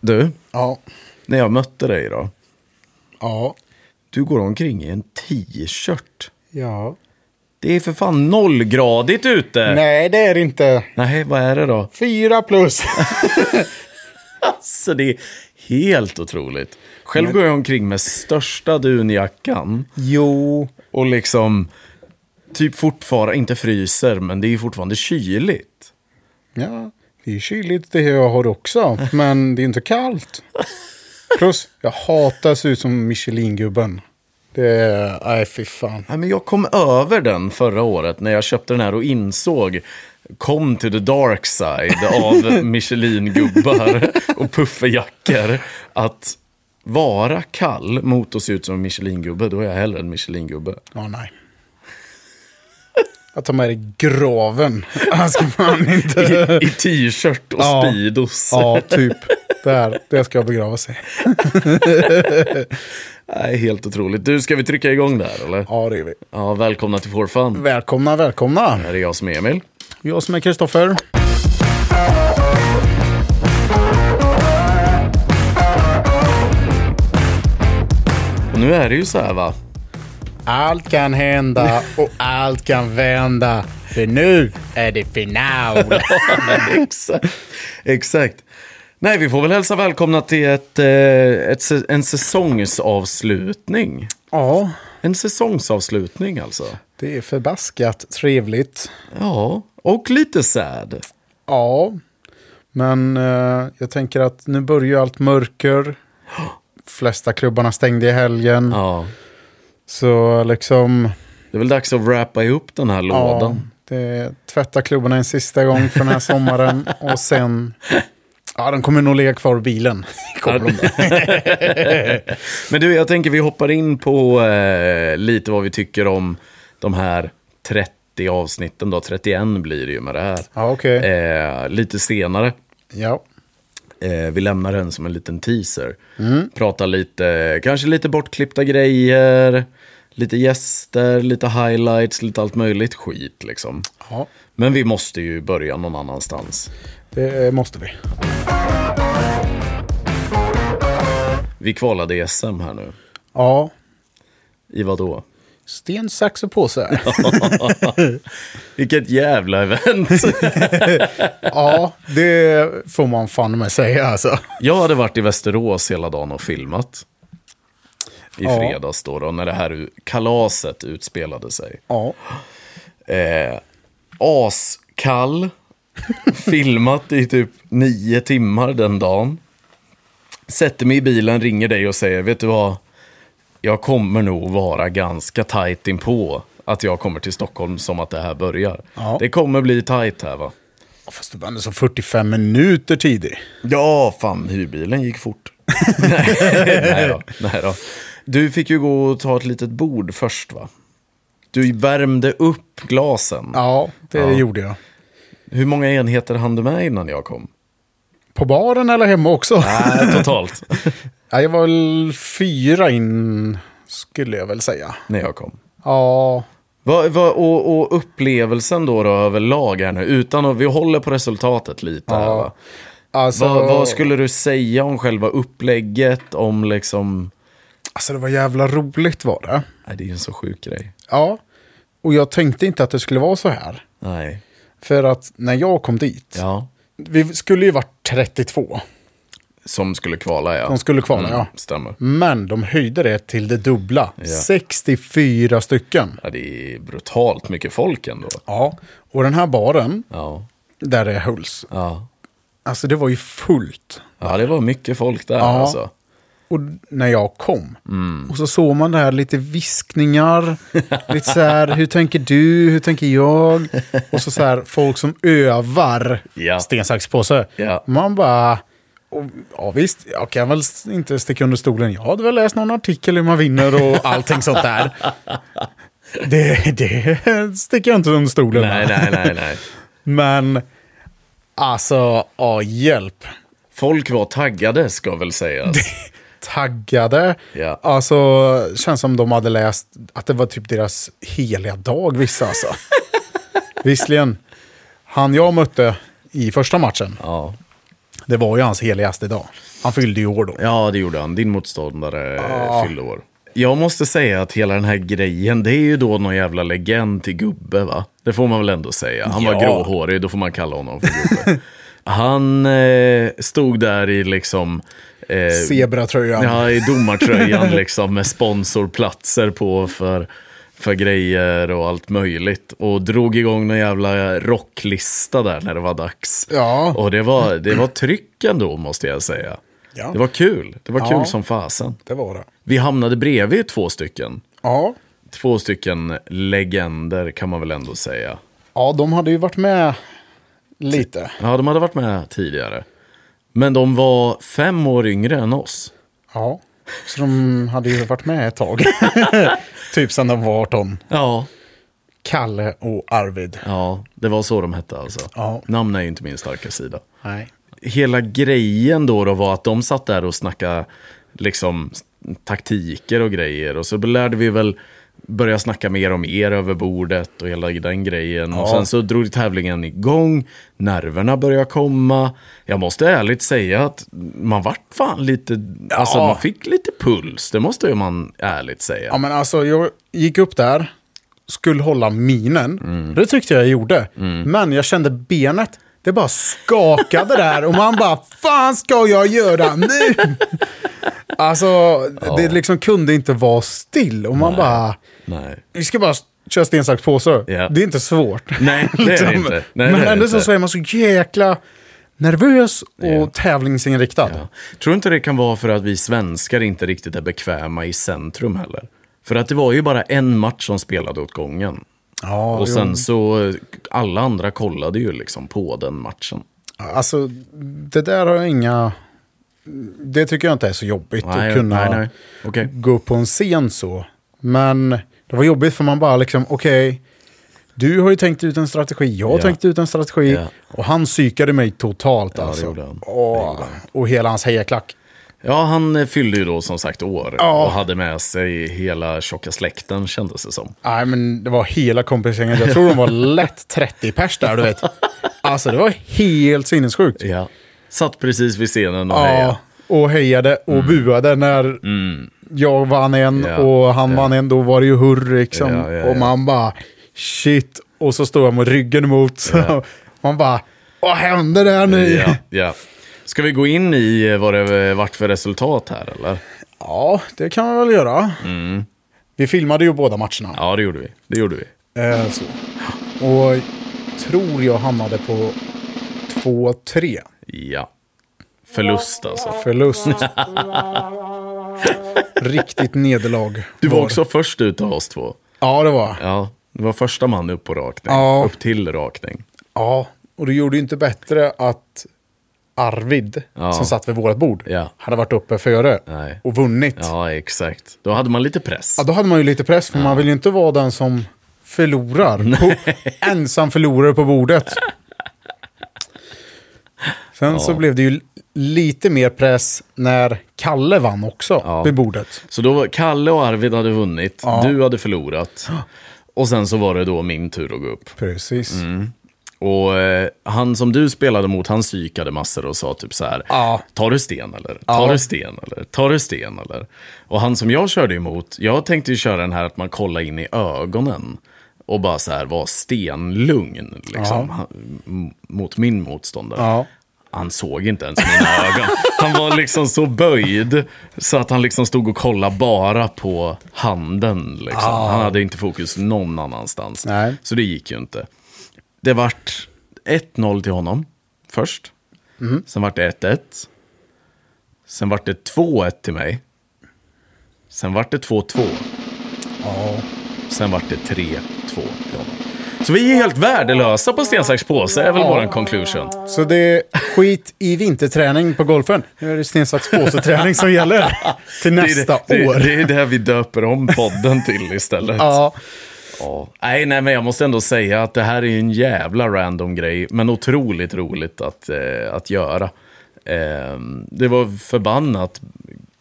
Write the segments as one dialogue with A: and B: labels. A: Du,
B: Ja.
A: när jag mötte dig då.
B: Ja.
A: Du går omkring i en t-shirt.
B: Ja.
A: Det är för fan nollgradigt ute.
B: Nej, det är det inte.
A: Nej, vad är det då?
B: Fyra plus.
A: Alltså det är helt otroligt. Själv går jag omkring med största dunjackan.
B: jo.
A: Och liksom, typ fortfarande, inte fryser, men det är ju fortfarande kyligt.
B: Ja. Det är kyligt det jag har också. Men det är inte kallt. Plus, jag hatar att se ut som Michelin-gubben. Det är... Nej, fy fan.
A: Nej, men jag kom över den förra året när jag köpte den här och insåg Come to the dark side av Michelin-gubbar och pufferjackor. Att vara kall mot att se ut som en Michelin-gubbe, då är jag hellre en Michelin-gubbe.
B: Ja, nej. Jag tar med dig i graven. Han ska man inte...
A: I t-shirt och
B: Ja.
A: Speedos.
B: Ja, typ. Där, där ska jag begrava sig.
A: Nej, helt otroligt. Du, ska vi trycka igång där eller?
B: Ja, det är vi.
A: Ja, välkomna till For Fun.
B: Välkomna, välkomna.
A: Här är jag som är Emil.
B: Jag som är Kristoffer.
A: Och nu är det ju så här va.
B: Allt kan hända och allt kan vända. För nu är det final.
A: Exakt. Exakt. Nej, vi får väl hälsa välkomna till ett, eh, ett, sä- en säsongsavslutning.
B: ja,
A: En säsongsavslutning alltså.
B: det är förbaskat trevligt.
A: Ja, och lite sad.
B: Ja, men eh, jag tänker att nu börjar ju allt mörker. Flesta klubbarna stängde i helgen.
A: Ja,
B: Så liksom,
A: det är väl dags att wrappa ihop den här
B: ja,
A: lådan.
B: det, tvätta klubbarna en sista gång för den här sommaren. Och sen, ja de kommer nog ligga kvar i bilen. Kommer de där.
A: Men du, jag tänker vi hoppar in på eh, lite vad vi tycker om de här 30 avsnitten då. 31 blir det ju med det här.
B: Ja, okej.
A: Eh, lite senare.
B: Ja.
A: Eh, vi lämnar den som en liten teaser. Prata lite, kanske lite bortklippta grejer, lite gäster, lite highlights, lite allt möjligt skit liksom.
B: ja,
A: Men vi måste ju börja någon annanstans.
B: det måste vi.
A: Vi kvalade i SM här nu.
B: Ja,
A: I vad då?
B: Sten, sax och påse.
A: Vilket jävla event!
B: ja, det får man fan med säga alltså.
A: Jag hade varit i Västerås hela dagen och filmat. I
B: Ja.
A: fredags då, då när det här u- kalaset utspelade sig.
B: Ja,
A: eh, askall. filmat i typ nio timmar den dagen. Sätter mig i bilen, ringer dig och säger, vet du vad? Jag kommer nog vara ganska tajt inpå att jag kommer till Stockholm som att det här börjar.
B: Ja.
A: Det kommer bli tajt här va?
B: fast du var ändå så 45 minuter tidig.
A: Ja, fan hyrbilen gick fort. nej, nej, då, nej då. Du fick ju gå och ta ett litet bord först va? Du värmde upp glasen.
B: Ja, det gjorde jag.
A: Hur många enheter hann du med innan jag kom?
B: På baren eller hemma också?
A: Nej, totalt.
B: Ja, jag var väl fyra in, skulle jag väl säga.
A: När jag kom.
B: Ja,
A: Vad, vad, och, och upplevelsen då, då överlag här nu, utan att vi håller på resultatet lite här va?
B: alltså,
A: Vad, vad skulle du säga om själva upplägget, om liksom...
B: alltså det var jävla roligt var det.
A: Nej, det är ju en så sjuk grej.
B: Ja, och jag tänkte inte att det skulle vara så här.
A: Nej.
B: För att när jag kom dit,
A: Ja.
B: vi skulle ju varit 32.
A: Som skulle kvala ja.
B: De skulle kvala,
A: Mm.
B: ja.
A: Stämmer.
B: Men de höjde det till det dubbla. 64 stycken.
A: Ja, det är brutalt mycket folk ändå.
B: Ja. Och den här baren,
A: Ja.
B: där det hölls,
A: Ja.
B: alltså det var ju fullt.
A: Ja, det var mycket folk där
B: Ja.
A: alltså.
B: Och när jag kom.
A: Mm.
B: Och så såg man det här lite viskningar. lite så här, hur tänker du, hur tänker jag? Och så så här, folk som övar
A: Ja.
B: sten, sax, påse.
A: Ja.
B: Man bara, och, ja visst, jag kan väl s- inte sticka under stolen. Jag hade väl läst någon artikel hur man vinner och allting sånt där. Det, det sticker jag inte under stolen med.
A: Nej, nej, nej, nej.
B: Men, alltså, ja, hjälp.
A: Folk var taggade ska väl sägas.
B: taggade.
A: Ja.
B: Alltså, känns som de hade läst att det var typ deras heliga dag, vissa alltså. Visserligen, han jag mötte i första matchen,
A: Ja.
B: Det var ju hans heligaste dag. Han fyllde ju år då.
A: Ja, det gjorde han. Din motståndare eh, fyllde år. Jag måste säga att hela den här grejen, det är ju då någon jävla legend till gubbe va? Det får man väl ändå säga. Han
B: Ja.
A: var gråhårig, då får man kalla honom för gubbe. Han eh, stod där i liksom... eh,
B: Zebratröjan.
A: Ja, i domartröjan liksom med sponsorplatser på för, för grejer och allt möjligt. Och drog igång någon jävla rocklista där när det var dags.
B: Ja.
A: Och det var, det var tryck ändå måste jag säga.
B: Ja.
A: Det var kul. Det var
B: Ja.
A: kul som fasen.
B: Det var det.
A: Vi hamnade bredvid två stycken.
B: Ja.
A: Två stycken legender kan man väl ändå säga.
B: ja, de hade ju varit med lite.
A: Ja, de hade varit med tidigare. Men de var fem år yngre än oss.
B: Ja. Så de hade ju varit med ett tag. typ sedan de var 18.
A: Ja.
B: Kalle och Arvid.
A: Ja, det var så de hette alltså.
B: Ja.
A: Namn är ju inte min starka sida.
B: Nej.
A: Hela grejen då, då var att de satt där och snackade liksom, taktiker och grejer. Och så lärde vi väl börja snacka mer om er över bordet och hela den grejen. Och sen så drog tävlingen igång, nerverna började komma. Jag måste ärligt säga att man vart fan lite, alltså
B: Ja.
A: man fick lite puls. Det måste ju man ärligt säga.
B: Ja, men alltså jag gick upp där, skulle hålla minen.
A: Mm.
B: Det tyckte jag jag gjorde. Men jag kände benet, det bara skakade där och man bara, fan ska jag göra nu? alltså, det liksom kunde inte vara still och man bara,
A: Nej.
B: vi ska bara köra sten, sax, påse.
A: Ja.
B: Det är inte svårt. Liksom.
A: Nej, det är det inte. Nej, det är
B: men
A: det
B: ändå
A: inte.
B: så är man så jäkla nervös och tävlingsinriktad.
A: Ja. Tror inte det kan vara för att vi svenskar inte riktigt är bekväma i centrum heller? För att det var ju bara en match som spelade åt gången.
B: Ja,
A: Och
B: jo.
A: sen så, eh, alla andra kollade ju liksom på den matchen.
B: Alltså, det där har jag inga... Det tycker jag inte är så jobbigt
A: Nej,
B: att kunna
A: nej, nej. Okej.
B: gå upp på en scen så. Men det var jobbigt för man bara liksom, okej, du har ju tänkt ut en strategi, jag har
A: Ja.
B: tänkt ut en strategi.
A: Ja.
B: Och han psykade mig totalt alltså.
A: gjorde han. Det
B: Åh, och hela hans hejaklack.
A: Ja, han eh, fyllde ju då som sagt år
B: Ja.
A: och hade med sig hela tjocka släkten kändes det som.
B: Nej, men det var hela kompisgänget. Jag tror de var lätt 30 pers där, du vet. Alltså, det var helt sinnessjukt.
A: Ja. Satt precis vid scenen och
B: Ja,
A: hejade.
B: och hejade och buade när jag vann
A: Mm.
B: en
A: Ja,
B: och han vann en. Då var det ju hurr liksom.
A: Ja, ja,
B: Och man bara shit. Och så står jag med ryggen emot. Så man bara, vad hände där nu?
A: Ja,
B: Ja,
A: ja. Ska vi gå in i eh, vad det vart för resultat här eller?
B: det kan man väl göra.
A: Mm.
B: Vi filmade ju båda matcherna.
A: Ja, det gjorde vi. Det gjorde vi.
B: Eh, så. Och tror jag hamnade på 2-3.
A: Ja. Förlust alltså.
B: Förlust. Riktigt nederlag.
A: Du var också först ut av oss två.
B: Ja, det var
A: Ja, du var första man upp på rakning.
B: Ja.
A: Upp till rakning.
B: Ja, och det gjorde ju inte bättre att Arvid,
A: Ja.
B: som satt vid vårt bord,
A: Ja.
B: hade varit uppe före
A: Nej.
B: och vunnit. Ja.
A: Ja, exakt. Då hade man lite press.
B: då hade man ju lite press, för man vill ju inte vara den som förlorar. På, ensam förlorare på bordet. Sen så blev det ju lite mer press när Kalle vann också vid bordet.
A: Så då var Kalle och Arvid hade vunnit. Du hade förlorat. Och sen så var det då min tur att gå upp.
B: Precis.
A: Mm. Och eh, han som du spelade mot, han psykade massor och sa typ så här.
B: Ja.
A: Tar du sten eller? Tar du sten eller? Tar du sten eller? Och han som jag körde emot, jag tänkte ju köra den här att man kollar in i ögonen. Och bara så här var stenlugn liksom. Han, m- mot min motståndare.
B: Ja.
A: Han såg inte ens mina ögon. Han var liksom så böjd så att han liksom stod och kollade bara på handen. Liksom. Han hade inte fokus någon annanstans.
B: Nej.
A: Så det gick ju inte. Det vart 1-0 till honom först.
B: Mm.
A: Sen vart det 1-1. Sen vart det 2-1 till mig. Sen vart det 2-2.
B: Ja.
A: Sen vart det 3-2 till honom. Så vi är helt värdelösa på sten, sax, påse är väl våran conclusion.
B: Så det är skit i vinterträning på golfen. Nu är det sten, sax, påse-träning som gäller till
A: Det är
B: nästa
A: det, det,
B: år.
A: Det är det vi döper om podden till istället.
B: Ja.
A: Ja. Nej, nej, men jag måste ändå säga att det här är ju en jävla random grej, men otroligt roligt att, eh, att göra. Eh, det var förbannat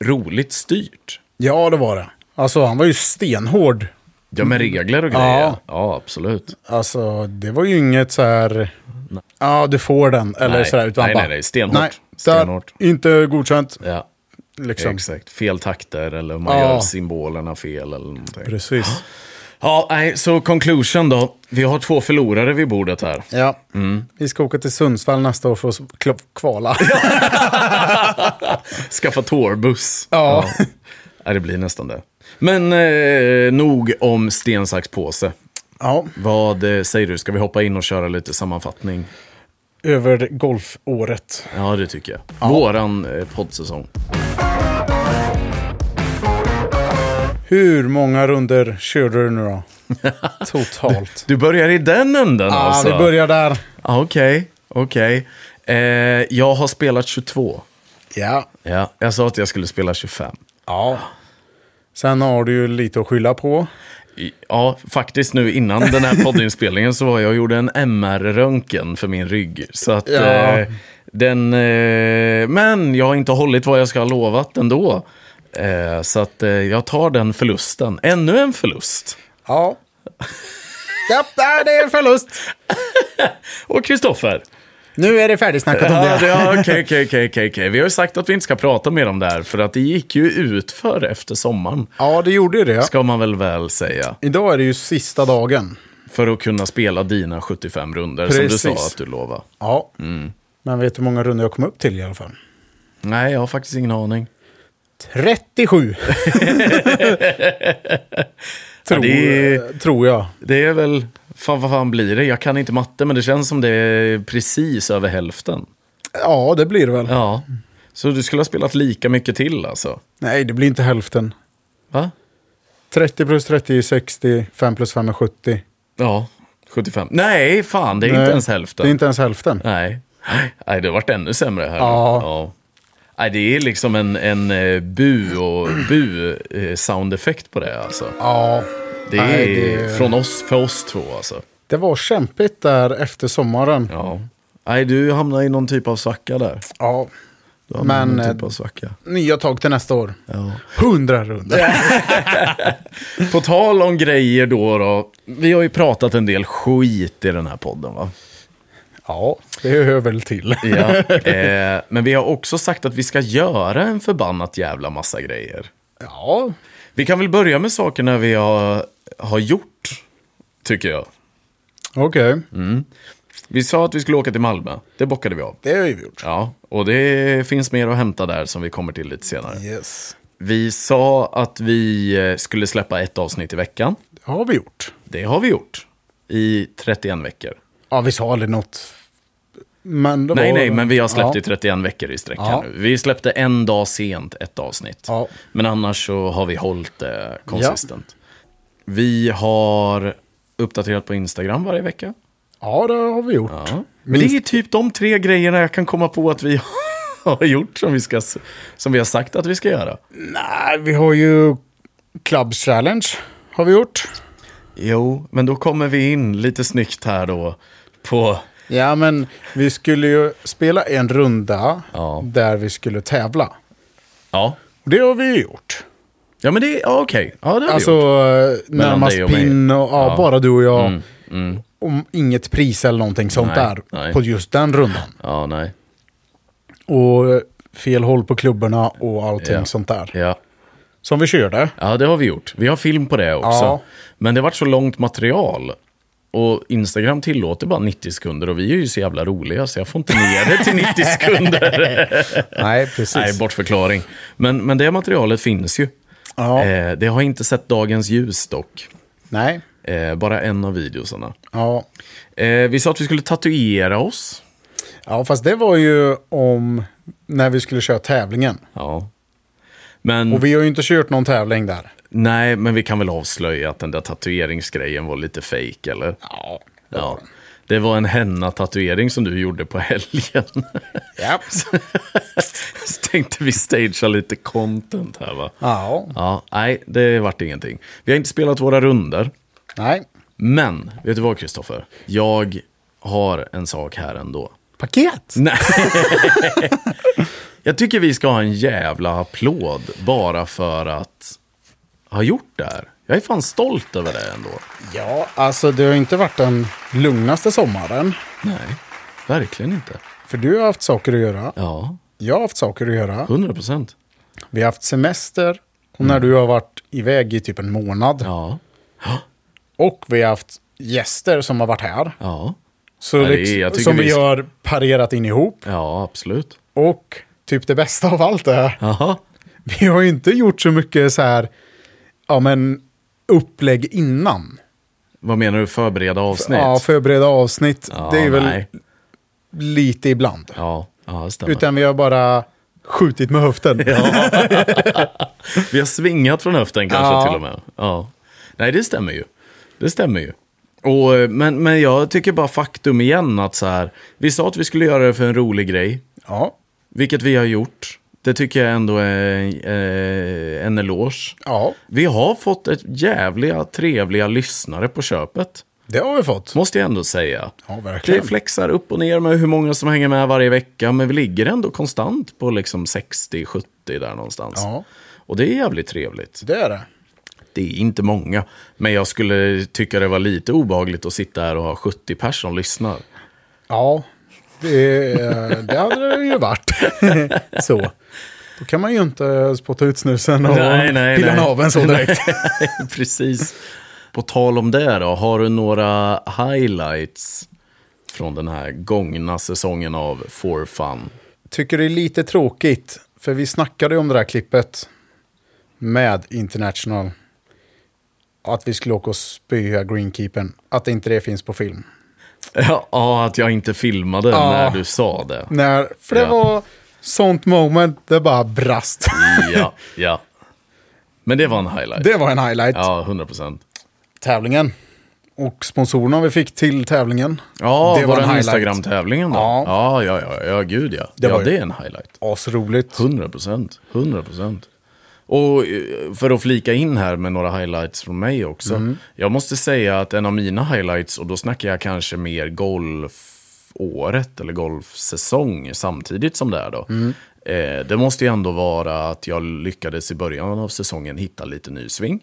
A: roligt styrt.
B: Ja, det var det. Alltså, han var ju stenhård.
A: Ja, med regler och grejer.
B: Mm. Ja.
A: Ja, absolut.
B: Alltså, det var ju inget så här Ja, du får den. Eller
A: Nej.
B: sådär. Utan
A: Nej,
B: bara,
A: nej, nej. Stenhårt. Stenhårt.
B: Där, inte godkänt.
A: Ja,
B: Liksom.
A: exakt. Fel takter eller om man
B: Ja.
A: gör symbolerna fel eller någonting.
B: Precis.
A: Ja, nej, så conclusion då. Vi har två förlorare vid bordet här.
B: Ja.
A: Mm.
B: Vi ska åka till Sundsvall nästa år för att kl- kvala.
A: Skaffa tårbuss.
B: Ja.
A: Nej, det blir nästan det. Men eh, nog om sten, sax, påse.
B: ja.
A: Vad eh, säger du? Ska vi hoppa in och köra lite sammanfattning?
B: Över golfåret.
A: Ja, det tycker jag. Våran eh, poddsäsong.
B: Hur många runder körde du nu då? Totalt.
A: Du börjar i den änden
B: Ja,
A: alltså?
B: vi börjar där.
A: Ja, Okej, okej. Eh, jag har spelat 22.
B: Ja.
A: Ja, jag sa att jag skulle spela 25.
B: ja. Sen har du ju lite att skylla på.
A: I- Ja, faktiskt nu innan den här poddinspelningen så var jag och gjorde en MR-röntgen för min rygg. Så att
B: Ja.
A: eh, den... Eh, men jag har inte hållit vad jag ska ha lovat ändå. Eh, så att eh, jag tar den förlusten. Ännu en förlust.
B: Ja. ja, där, det är en förlust.
A: Och Kristoffer.
B: Nu är det färdigsnackat om
A: Ja,
B: det.
A: det- ja, Okej, okej, okej, okej, okej. Vi har ju sagt att vi inte ska prata mer om det här för att det gick ju ut för efter sommaren.
B: Ja, det gjorde ju det.
A: Ska man väl väl säga.
B: Idag är det ju sista dagen.
A: För att kunna spela dina 75 runder som du sa
B: Precis.
A: att du lovade.
B: Ja.
A: Mm.
B: Men vet du hur många runder jag kom upp till i alla fall?
A: Nej, jag har faktiskt ingen aning.
B: 37. tror,
A: det-
B: tror jag.
A: Det är väl, fan vad fan blir det? Jag kan inte matte men det känns som det är precis över hälften.
B: Ja, det blir det väl.
A: Ja. Så du skulle ha spelat lika mycket till alltså?
B: Nej, det blir inte hälften.
A: Va?
B: 30 plus 30 är 60, 5 plus 5 är 70.
A: Ja, 75. Nej, fan det är
B: Nej,
A: inte ens hälften.
B: Det är inte ens hälften.
A: Nej. Nej, det har varit ännu sämre här.
B: Ja.
A: Nej, det är liksom en, en eh, bu och bu eh, soundeffekt på det alltså.
B: Ja.
A: Det är
B: Nej, det-
A: från oss, för oss två alltså.
B: Det var kämpigt där efter sommaren.
A: Ja. Nej, du hamnar i någon typ av svacka där.
B: Ja.
A: Du hamnar i
B: Men,
A: någon
B: eh,
A: typ av svacka.
B: Nya tag till nästa år.
A: Ja.
B: 100 runder.
A: På tal om grejer då, då. Vi har ju pratat en del skit i den här podden va?
B: Ja, det hör väl till.
A: Ja. Eh, men vi har också sagt att vi ska göra en förbannat jävla massa grejer.
B: Ja,
A: Vi kan väl börja med sakerna vi har, har gjort, tycker jag.
B: okej.
A: Mm. Vi sa att vi skulle åka till Malmö, det bockade vi av.
B: Det har vi gjort.
A: Ja, och det finns mer att hämta där som vi kommer till lite senare.
B: Yes.
A: Vi sa att vi eh, skulle släppa ett avsnitt i veckan.
B: Det har vi gjort.
A: Det har vi gjort. I 31 veckor.
B: Ja, vi sa aldrig något. Men det
A: Nej,
B: var...
A: nej, men vi har släppt
B: ja.
A: i 31 veckor i sträck
B: Ja.
A: här nu. Vi släppte en dag sent ett avsnitt.
B: Ja.
A: Men annars så har vi hållit det konsistent. Vi har uppdaterat på Instagram varje vecka.
B: Ja, det har vi gjort.
A: Ja. Men det
B: Minst...
A: är typ de tre grejerna jag kan komma på att vi har gjort som vi, ska, som vi har sagt att vi ska göra.
B: Nej, vi har ju Club Challenge. Har vi gjort.
A: Jo, men då kommer vi in lite snyggt här då på...
B: Ja, men vi skulle ju spela en runda
A: Ja.
B: där vi skulle tävla.
A: Ja,
B: Och det har vi ju gjort.
A: ja men det är ja, okej. Ja, det har vi
B: Alltså
A: gjort.
B: eh, närmast
A: dig och mig.
B: pin och ja,
A: Ja. Mm,
B: bara du och jag. Om inget pris eller någonting sånt
A: Nej,
B: där
A: nej.
B: på just den rundan.
A: Ja, nej.
B: Och eh, fel håll på klubborna och allting
A: Ja.
B: sånt där.
A: Ja.
B: Som vi körde.
A: Ja, det har vi gjort. Vi har film på det också.
B: Ja.
A: Men det har varit så långt material. Och Instagram tillåter bara 90 sekunder och vi är ju så jävla roliga så jag får inte ner det till 90 sekunder.
B: Nej, precis.
A: Nej, bortförklaring. Men, men det materialet finns ju.
B: ja.
A: Eh, det har inte sett dagens ljus dock.
B: Nej.
A: Eh, bara en av videosarna.
B: Ja.
A: Eh, vi sa att vi skulle tatuera oss.
B: ja, fast det var ju om när vi skulle köra tävlingen.
A: Ja. Men,
B: Och vi har ju inte kört någon tävling där.
A: nej, men vi kan väl avslöja att den där tatueringsgrejen var lite fejk, eller?
B: Ja.
A: Ja. Det var en henna-tatuering som du gjorde på helgen.
B: Ja.
A: Så tänkte vi stagea lite content här va?
B: ja.
A: Ja, nej, det vart ingenting. Vi har inte spelat våra runder.
B: Nej.
A: Men, vet du vad Kristoffer? Jag har en sak här ändå.
B: Paket?
A: Nej. Jag tycker vi ska ha en jävla applåd bara för att ha gjort det här. Jag är fan stolt över det ändå.
B: Ja, alltså det har ju inte varit den lugnaste sommaren.
A: Nej. Verkligen inte.
B: För du har haft saker att göra.
A: Ja,
B: Jag har haft saker att göra.
A: 100 procent.
B: Vi har haft semester. Och när du har varit iväg i typ en månad.
A: Ja,
B: Och vi har haft gäster som har varit här.
A: ja,
B: Så
A: Ja, det är-
B: liksom-
A: jag tycker
B: som vi,
A: vi-
B: har parerat in ihop.
A: ja, absolut.
B: Och typ det bästa av allt är.
A: Jaha,
B: Vi har ju inte gjort så mycket så här. Ja men upplägg innan.
A: vad menar du förbereda avsnitt?
B: Ja, förbereda avsnitt.
A: Ja,
B: det är väl
A: nej.
B: lite ibland.
A: Ja, ja, det stämmer.
B: Utan vi har bara skjutit med höften.
A: Vi har svingat från höften kanske
B: Ja.
A: till och med. Ja. Nej, det stämmer ju. Det stämmer ju. Och, eh, men, men jag tycker bara faktum igen att så här, vi sa att vi skulle göra det för en rolig grej,
B: Ja,
A: vilket vi har gjort. Det tycker jag ändå är eh, en eloge.
B: ja
A: Vi har fått ett jävliga trevliga lyssnare på köpet,
B: det har vi fått.
A: måste jag ändå säga.
B: Ja,
A: Det
B: verkligen.
A: flexar upp och ner med hur många som hänger med varje vecka, men vi ligger ändå konstant på liksom 60-70 där någonstans.
B: Ja,
A: Och det är jävligt trevligt.
B: det är det.
A: Det är inte många, men jag skulle tycka det var lite obehagligt att sitta här och ha 70 personer som lyssnar.
B: Ja, det, eh, det hade det ju varit. Så. Då kan man ju inte spotta ut snusen och
A: Nej, nej,
B: pilla
A: nej.
B: naveln så direkt.
A: Precis. På tal om det då, har du några highlights från den här gångna säsongen av For Fun?
B: Tycker det är lite tråkigt, för vi snackade ju om det där klippet med International. Att vi skulle åka och spöa Greenkeepern. Att inte det finns på film.
A: Ja, att jag inte filmade
B: Ja.
A: när du sa det.
B: När, för det
A: Ja.
B: var sånt moment, det bara brast.
A: Ja, ja. Men det var en highlight.
B: Det var en highlight.
A: Ja, 100 procent.
B: tävlingen. Och sponsorerna vi fick till tävlingen.
A: Ja,
B: Det
A: var,
B: var en
A: den
B: highlight.
A: Instagram-tävlingen då?
B: Ja.
A: ja, ja, ja, ja gud ja.
B: Det
A: ja,
B: var ju-
A: det är en highlight.
B: Asroligt.
A: 100 procent. 100 procent. Och eh, för att flika in här med några highlights från mig också. Jag måste säga att en av mina highlights, och då snackar jag kanske mer golfåret eller golfsäsong samtidigt som det är då. Eh, det måste ju ändå vara att jag lyckades i början av säsongen hitta lite ny sving.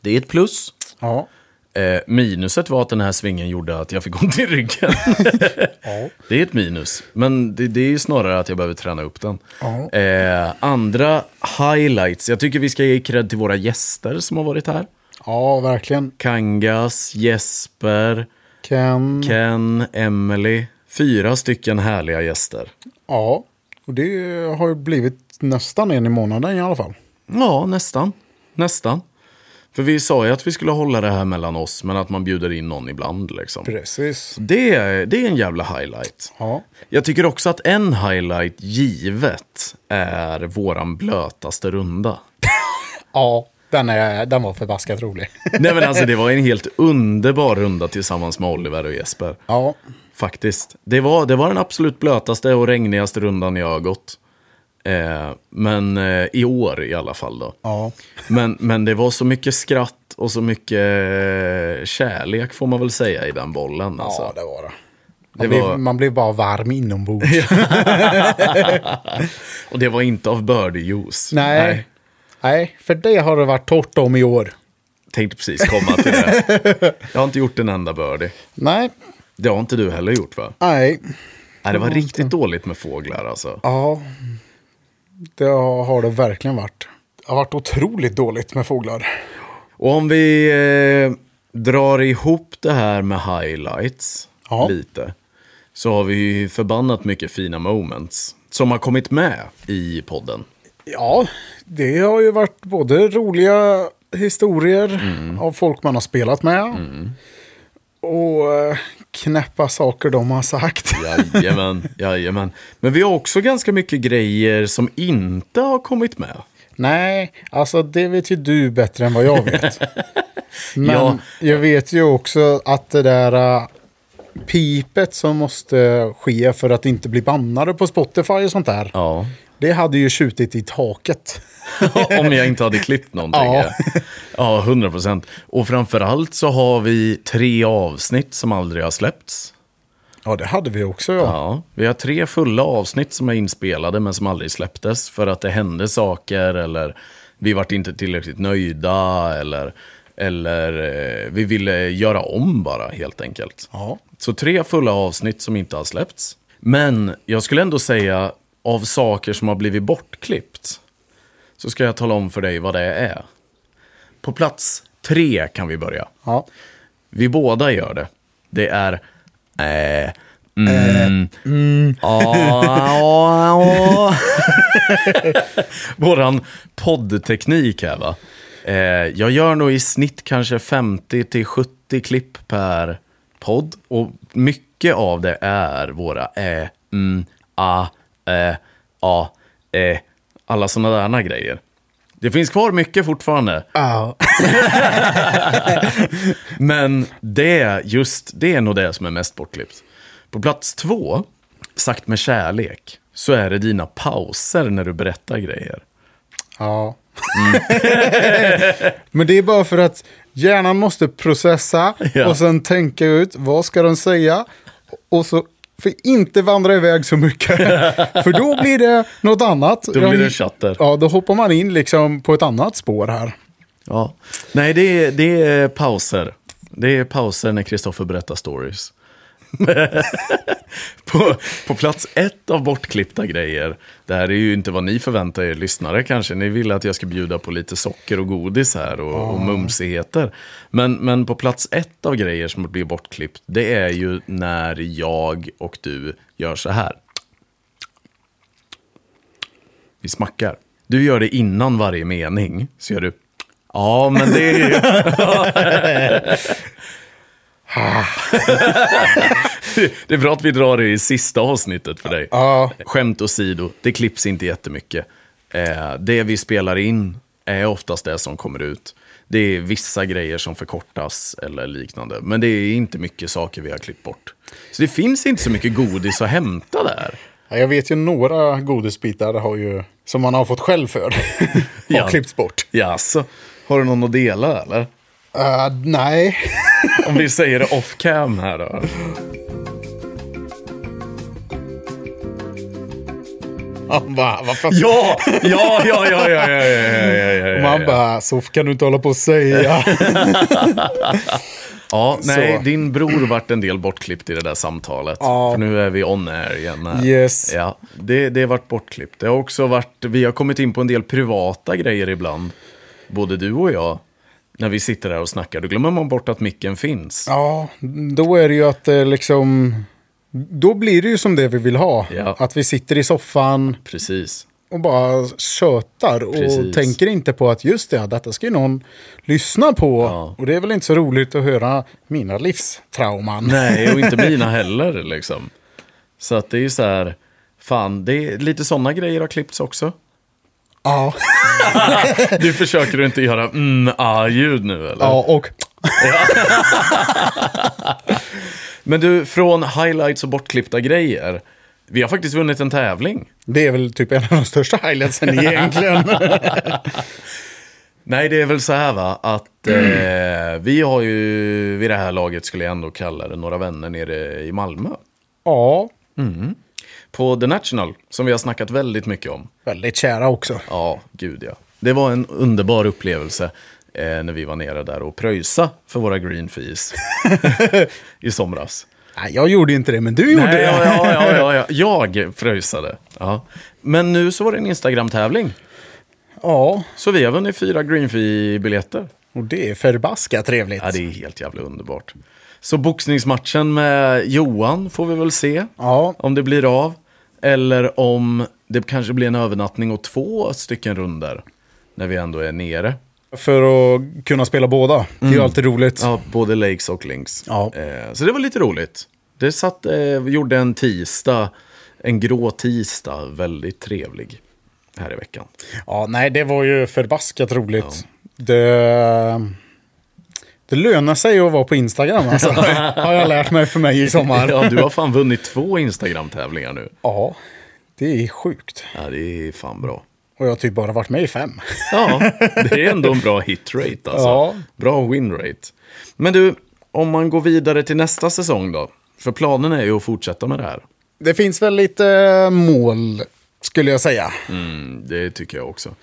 A: Det är ett plus.
B: Ja.
A: Eh, minuset var att den här svingen gjorde att jag fick ont i ryggen. Det är ett minus. Men det, det är ju snarare att jag behöver träna upp den.
B: Ja.
A: Eh, andra highlights. Jag tycker vi ska ge cred till våra gäster som har varit här.
B: ja, verkligen.
A: Kangas, Jesper,
B: Ken.
A: Ken, Emily. Fyra stycken härliga gäster.
B: Ja. Och det har ju blivit nästan en i månaden i alla fall.
A: Ja, nästan. Nästan. För vi sa ju att vi skulle hålla det här mellan oss, men att man bjuder in någon ibland. Liksom.
B: Precis.
A: Det, är- det är en jävla highlight.
B: Ja.
A: Jag tycker också att en highlight, givet, är våran blötaste runda.
B: Ja, den, är, den var förbaskat rolig.
A: Nej men alltså det var en helt underbar runda tillsammans med Oliver och Jesper.
B: ja.
A: Faktiskt. Det var, det var den absolut blötaste och regnigaste rundan jag har gått. Eh, men eh, i år i alla fall då.
B: Ja.
A: Men, men det var så mycket skratt och så mycket eh, kärlek får man väl säga i den bollen. Alltså.
B: Ja, det var det. Man,
A: Det
B: blev,
A: var-
B: man blev bara varm inombords.
A: Och det var inte av birdie-juice.
B: Nej. Nej. för det har det varit torrt om i år.
A: Tänkte precis komma till det. Jag har inte gjort en enda birdie.
B: Nej.
A: Det har inte du heller gjort va?
B: Nej.
A: Nej, det var riktigt dåligt med fåglar alltså.
B: Ja. Det har det verkligen varit. Det har varit otroligt dåligt med fåglar.
A: Och om vi eh, drar ihop det här med highlights
B: Ja.
A: lite. Så har vi ju förbannat mycket fina moments. Som har kommit med i podden.
B: Ja, det har ju varit både roliga historier
A: Mm.
B: av folk man har spelat med och eh, knäppa saker de har sagt.
A: Jajamän, jajamän. Men vi har också ganska mycket grejer som inte har kommit med.
B: Nej, alltså det vet ju du bättre än vad jag vet. Men
A: Ja.
B: jag vet ju också att det där eh, pipet som måste ske för att inte bli bannade på Spotify och sånt där.
A: Ja.
B: Det hade ju tjutit i taket.
A: Om jag inte hade klippt någonting.
B: Ja.
A: ja, 100 procent. Och framförallt så har vi tre avsnitt som aldrig har släppts.
B: Ja, det hade vi också. Ja.
A: Ja, vi har tre fulla avsnitt som är inspelade men som aldrig släpptes för att det hände saker eller vi vart inte tillräckligt nöjda eller Eller eh, vi ville göra om bara helt enkelt.
B: Ja.
A: Så tre fulla avsnitt som inte har släppts. Men jag skulle ändå säga av saker som har blivit bortklippt. Så ska jag tala om för dig vad det är. På plats tre kan vi börja.
B: ja.
A: Vi båda gör det. Det är... Äh, mm, ah, ah, ah. Våran poddteknik här va. Eh, jag gör nog i snitt kanske 50 till 70 klipp per podd. Och mycket av det är våra äh, mm, ah, äh, ah, äh. Alla sådana där grejer. Det finns kvar mycket fortfarande.
B: Ja.
A: Men det, just det är nog det som är mest bortklippt. På plats två, sagt med kärlek, så är det dina pauser när du berättar grejer.
B: ja. Mm. Men det är bara för att hjärnan måste processa
A: Ja.
B: och sen tänka ut vad ska de säga. Och så för inte vandra iväg så mycket. för då blir det något annat. Då
A: blir det chatter.
B: Ja, då hoppar man in liksom på ett annat spår här.
A: Ja. Nej, det är, det är pauser. Det är pauser när Kristoffer berättar stories. på, på plats ett av bortklippta grejer, det här är ju inte vad ni förväntar er lyssnare kanske. Ni ville att jag ska bjuda på lite socker och godis här och, och mumsigheter. Men, men på plats ett av grejer som blir bortklippt, det är ju när jag och du gör så här. Vi smackar. Du gör det innan varje mening, så gör du Ja, men det är ju... det är bra att vi drar det i sista avsnittet för dig.
B: Ja.
A: Skämt åsido, det klipps inte jättemycket. Eh, det vi spelar in är oftast det som kommer ut. Det är vissa grejer som förkortas eller liknande. Men det är inte mycket saker vi har klippt bort. Så det finns inte så mycket godis att hämta där.
B: Ja, Jag vet ju några godisbitar har ju, som man har fått själv för har
A: Ja.
B: klippts bort.
A: Jaså, har du någon att dela eller?
B: Eh, nej.
A: Om vi säger det off cam här då.
B: Man bara, vad fan?
A: Ja, ja, ja, ja, ja, ja, ja, ja, ja, ja, ja.
B: Man bara, så kan du inte hålla på och säga.
A: ja nej,
B: Så.
A: din bror vart en del bortklippt i det där samtalet.
B: Ja.
A: För nu är vi on air igen här.
B: Yes.
A: Ja, det, det vart bortklippt. Det har också varit, vi har kommit in på en del privata grejer ibland. Både du och jag. När vi sitter där och snackar, då glömmer man bort att micken finns.
B: Ja, då är det ju att eh, liksom... Då blir det ju som det vi vill ha.
A: Ja.
B: Att vi sitter i soffan
A: Precis.
B: och bara tjötar och
A: Precis.
B: tänker inte på att just det, detta ska ju någon lyssna på.
A: Ja.
B: Och det är väl inte så roligt att höra mina livstrauman.
A: Nej, och inte mina heller liksom. Så att det är ju så här, fan, det är lite sådana grejer har klippts också.
B: Ja.
A: Du försöker inte göra mm, ah-ljud nu eller?
B: ja, och
A: Men du, från highlights och bortklippta grejer. Vi har faktiskt vunnit en tävling.
B: det är väl typ en av de största highlightsen egentligen.
A: Nej, det är väl så här va, att eh, vi har ju vid det här laget, skulle jag ändå kalla det, några vänner nere i Malmö.
B: ja,
A: På The National, som vi har snackat väldigt mycket om.
B: väldigt kära också.
A: Ja, gud ja. Det var en underbar upplevelse eh, när vi var nere där och pröjsa för våra green fees i somras.
B: Nej, jag gjorde inte det, men du gjorde
A: Nej,
B: det.
A: ja, ja, ja, ja, ja. Jag pröjsade. Ja. Men nu så var det en Instagram-tävling.
B: Ja,
A: Så vi har vunnit fyra Greenfee-biljetter.
B: och det är förbaskat trevligt.
A: Ja, det är helt jävla underbart. Så boxningsmatchen med Johan får vi väl se.
B: Ja.
A: Om det blir av. Eller om det kanske blir en övernattning och två stycken runder. När vi ändå är nere.
B: För att kunna spela båda. Det
A: Mm.
B: är ju alltid roligt.
A: Ja, både Lakes och Links.
B: Ja.
A: Eh, så det var lite roligt. Det satt, eh, vi gjorde en tisdag, en grå tisdag, väldigt trevlig. Här i veckan.
B: Ja, nej, det var ju förbaskat roligt. Det, det lönar sig att vara på Instagram, alltså. har jag lärt mig för mig i sommar.
A: Ja, du har fan vunnit två Instagram-tävlingar nu.
B: Ja, det är sjukt.
A: Ja, det är fan bra.
B: Och jag har typ bara varit med i fem.
A: Ja, det är ändå en bra hitrate alltså.
B: Ja.
A: Bra winrate. Men du, om man går vidare till nästa säsong då? För planen är ju att fortsätta med det här.
B: Det finns väl lite mål, skulle jag säga.
A: Mm, det tycker jag också.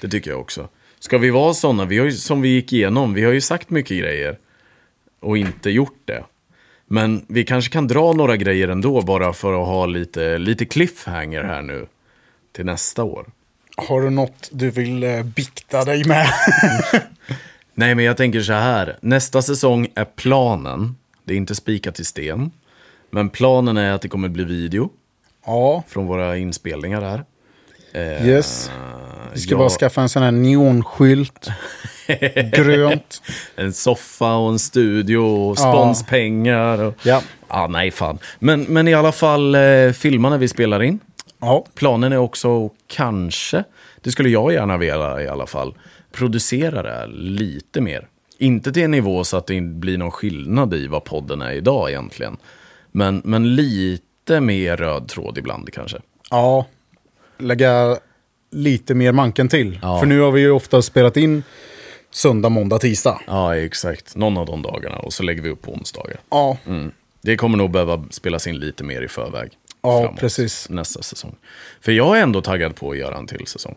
A: Det tycker jag också. Ska vi vara sådana? Vi har ju, som vi gick igenom, vi har ju sagt mycket grejer och inte gjort det. Men vi kanske kan dra några grejer ändå bara för att ha lite, lite cliffhanger här nu till nästa år.
B: Har du något du vill eh, bikta dig med?
A: Nej, men jag tänker så här. Nästa säsong är planen. Det är inte spikat i sten. Men planen är att det kommer bli video
B: ja,
A: från våra inspelningar här. Eh,
B: yes. Vi ska
A: ja.
B: bara skaffa en sån här neonskylt. grönt.
A: En soffa och en studio och sponspengar. Och...
B: Ja.
A: Ah, nej, fan. Men, men i alla fall eh, filmarna vi spelar in.
B: Ja.
A: Planen är också kanske, det skulle jag gärna vilja i alla fall, producera det här lite mer. Inte till en nivå så att det blir någon skillnad i vad podden är idag egentligen. Men, men lite mer röd tråd ibland kanske.
B: ja. Lägga lite mer manken till. För nu har vi ju ofta spelat in söndag, måndag, tisdag.
A: Ja, exakt. Någon av de dagarna och så lägger vi upp på onsdagar.
B: Ja,
A: Mm, Det kommer nog behöva spelas in lite mer i förväg.
B: Ja,
A: framåt
B: precis.
A: Nästa säsong. För jag är ändå taggad på att göra en till säsong.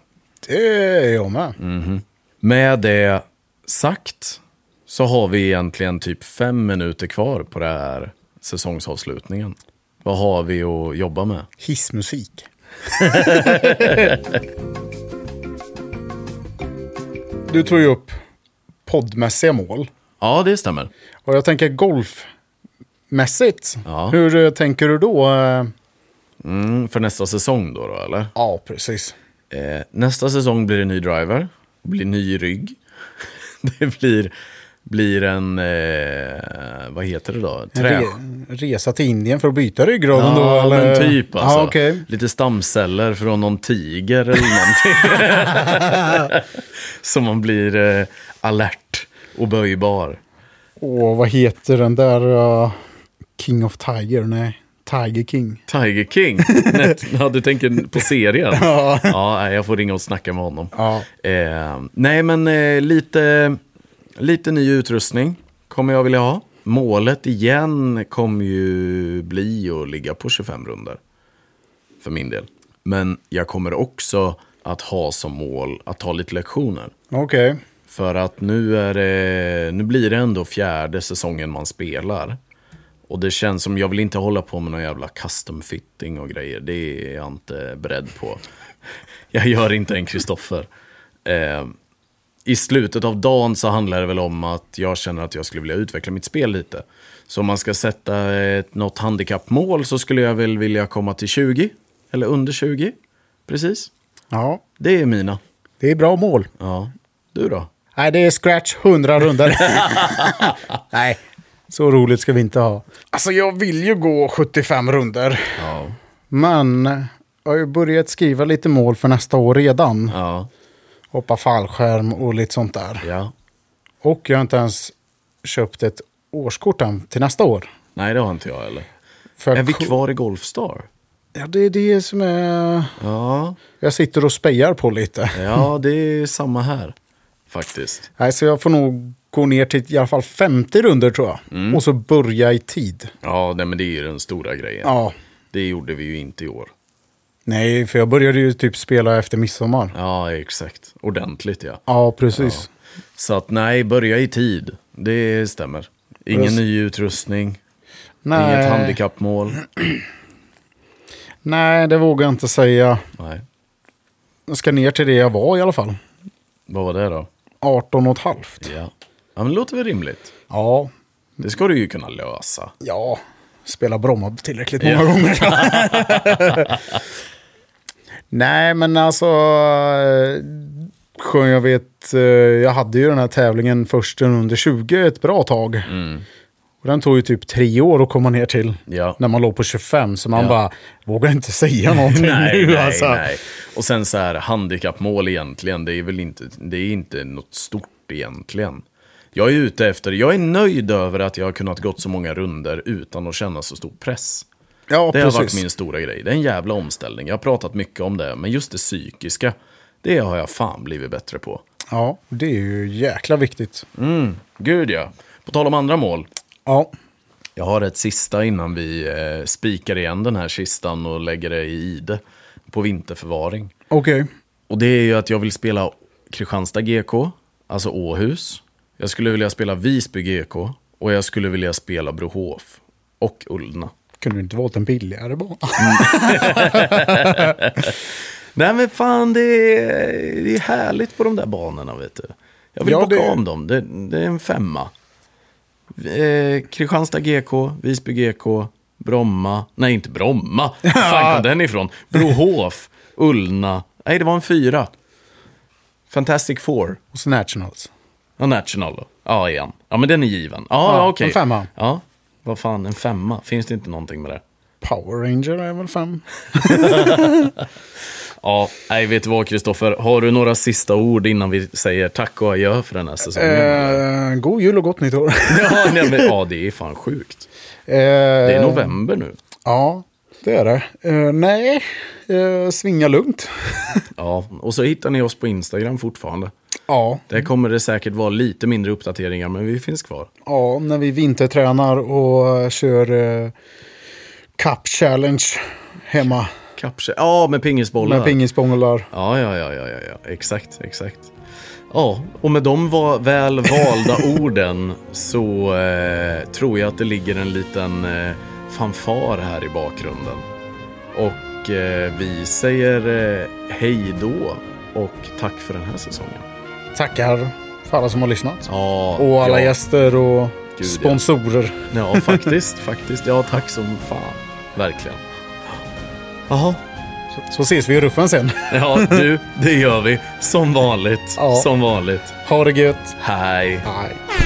B: det är jag med.
A: Mm. Med det sagt så har vi egentligen typ fem minuter kvar på det här säsongsavslutningen. Vad har vi att jobba med?
B: Hissmusik. du tog ju upp poddmässiga mål.
A: Ja, det stämmer.
B: Och jag tänker golfmässigt.
A: Ja.
B: Hur eh, tänker du då? eh?
A: Mm, för nästa säsong då, då eller?
B: Ja, precis.
A: Eh, nästa säsong blir det ny driver, blir ny rygg. det blir, blir en, eh, vad heter det då? Trä...
B: Re- resa till Indien för att byta ryggraden då?
A: Ja,
B: eller?
A: men typ alltså.
B: Ja, okej.
A: Lite stamceller från någon tiger eller någonting. Så man blir eh, alert och böjbar.
B: Åh, vad heter den där eh, King of Tiger? Nej, Tiger King.
A: Tiger King? Nej, ja, du tänker på serien? ja. nej, jag får ringa och snacka med honom.
B: Ja.
A: Eh, nej, men eh, lite, lite ny utrustning kommer jag vilja ha. Målet igen kommer ju bli att ligga på 25 runder. För min del. Men jag kommer också att ha som mål att ta lite lektioner.
B: Okej.
A: För att nu, är det, nu blir det ändå fjärde säsongen man spelar. Och det känns som, jag vill inte hålla på med någon jävla custom fitting och grejer. Det är jag inte beredd på. Jag gör inte en Kristoffer. Eh, I slutet av dagen så handlar det väl om att jag känner att jag skulle vilja utveckla mitt spel lite. Så om man ska sätta ett, något handikappmål så skulle jag väl vilja komma till 20. Eller under 20. Precis.
B: Ja,
A: Det är mina.
B: det är bra mål.
A: Ja. Du då?
B: Nej, det är scratch 100 runder. Nej, så roligt ska vi inte ha. Alltså, jag vill ju gå 75 runder.
A: Ja.
B: Men jag har ju börjat skriva lite mål för nästa år redan.
A: Ja.
B: Hoppa fallskärm och lite sånt där.
A: Ja.
B: Och jag har inte ens köpt ett årskort än till nästa år.
A: Nej, det har inte jag heller.
B: För
A: Är vi kvar i Golfstar?
B: Ja, det är det som är...
A: Ja,
B: jag sitter och spejar på lite.
A: ja det är samma här faktiskt.
B: Nej, så jag får nog gå ner till i alla fall 50 runder tror jag. Och så börja i tid.
A: Mm. Ja, nej, men det är ju den stora grejen.
B: Ja.
A: Det gjorde vi ju inte i år.
B: Nej, för jag började ju typ spela efter midsommar. Ja,
A: Ja, exakt. Ordentligt ja.
B: precis.
A: Så att nej, börja i tid. Det stämmer. Ingen
B: Just-
A: ny utrustning,
B: Nej,
A: inget handikappmål.
B: Nej, det vågar jag inte säga.
A: Nej,
B: Jag ska ner till det jag var i alla fall.
A: vad var det då?
B: 18 och ett halvt.
A: Ja, ja men det låter väl rimligt.
B: Ja,
A: Det ska du ju kunna lösa.
B: ja. Spela Bromma tillräckligt många gånger. Nej, men alltså. eh, Sjön, jag vet. eh, Jag hade ju den här tävlingen försten under 20 ett bra tag. Och den tog ju typ tre år att komma ner till.
A: Mm. Ja.
B: När man låg på 25. Så man
A: Ja.
B: bara vågar inte säga någonting
A: nej,
B: nu
A: nej,
B: alltså.
A: nej. Och sen så här, handikappmål egentligen, det är väl inte, det är inte något stort egentligen. Jag är ute efter, jag är nöjd över att jag har kunnat gått så många runder utan att känna så stor press.
B: Ja,
A: Det har varit
B: precis.
A: min stora grej. Det är en jävla omställning. Jag har pratat mycket om det, men just det psykiska, det har jag fan blivit bättre på.
B: Ja, det är ju jäkla viktigt.
A: Gud ja. På tal om andra mål.
B: Ja.
A: Jag har ett sista innan vi eh, spikar igen den här kistan och lägger det i ide på vinterförvaring.
B: Okej.
A: Och det är ju att jag vill spela Kristianstad GK, alltså Åhus. Jag skulle vilja spela Visby GK och jag skulle vilja spela Brohof och Ullna.
B: Kunde du inte valt en billigare bana?
A: Nej men fan, det är, det är härligt på de där banorna vet du. Jag vill
B: Ja,
A: bocka
B: det-
A: om dem, det, det är en femma. Eh, Kristianstad GK, Visby GK, Bromma, nej inte Bromma, Var fan kom den ifrån? Brohof, Ullna, nej det var en fyra. Fantastic Four.
B: Och alltså. så Nationals.
A: Ja, National då. Ja, igen. Ja, men den är given. Ja,
B: Ja,
A: ja okej.
B: en femma.
A: Ja, vad fan, en femma. Finns det inte någonting med det?
B: Power Ranger är väl fem?
A: Ja, nej, vet du vad Kristoffer? Har du några sista ord innan vi säger tack och adjö för den här säsongen?
B: Eh, god jul och gott nytt år. Eh,
A: Ja, nej, men, ja, det är fan sjukt. Det
B: Eh.
A: är november nu.
B: Ja, det är det. Eh, nej, eh, svinga lugnt.
A: Ja, och så hittar ni oss på Instagram fortfarande.
B: Ja,
A: Där kommer det säkert vara lite mindre uppdateringar, men vi finns kvar.
B: ja, när vi vintertränar och eh, kör eh, Cup Challenge hemma
A: Kapsel. Ja, med pingisbollar.
B: med pingisbångar.
A: Ja, ja, ja, ja, ja, ja, exakt, exakt. Ja, och med de va- väl valda orden så eh, tror jag att det ligger en liten eh, fanfar här i bakgrunden. Och eh, vi säger eh, hej då och tack för den här säsongen.
B: Tackar för alla som har lyssnat.
A: Ja,
B: Och alla
A: ja,
B: gäster och
A: ja.
B: sponsorer.
A: Ja, faktiskt, faktiskt. Ja, tack som fan. Verkligen. Jaha.
B: Så ses vi i ruffen sen.
A: Ja, du, det gör vi. Som vanligt.
B: Ja.
A: Som vanligt.
B: Ha det gött.
A: Hej.
B: Hej.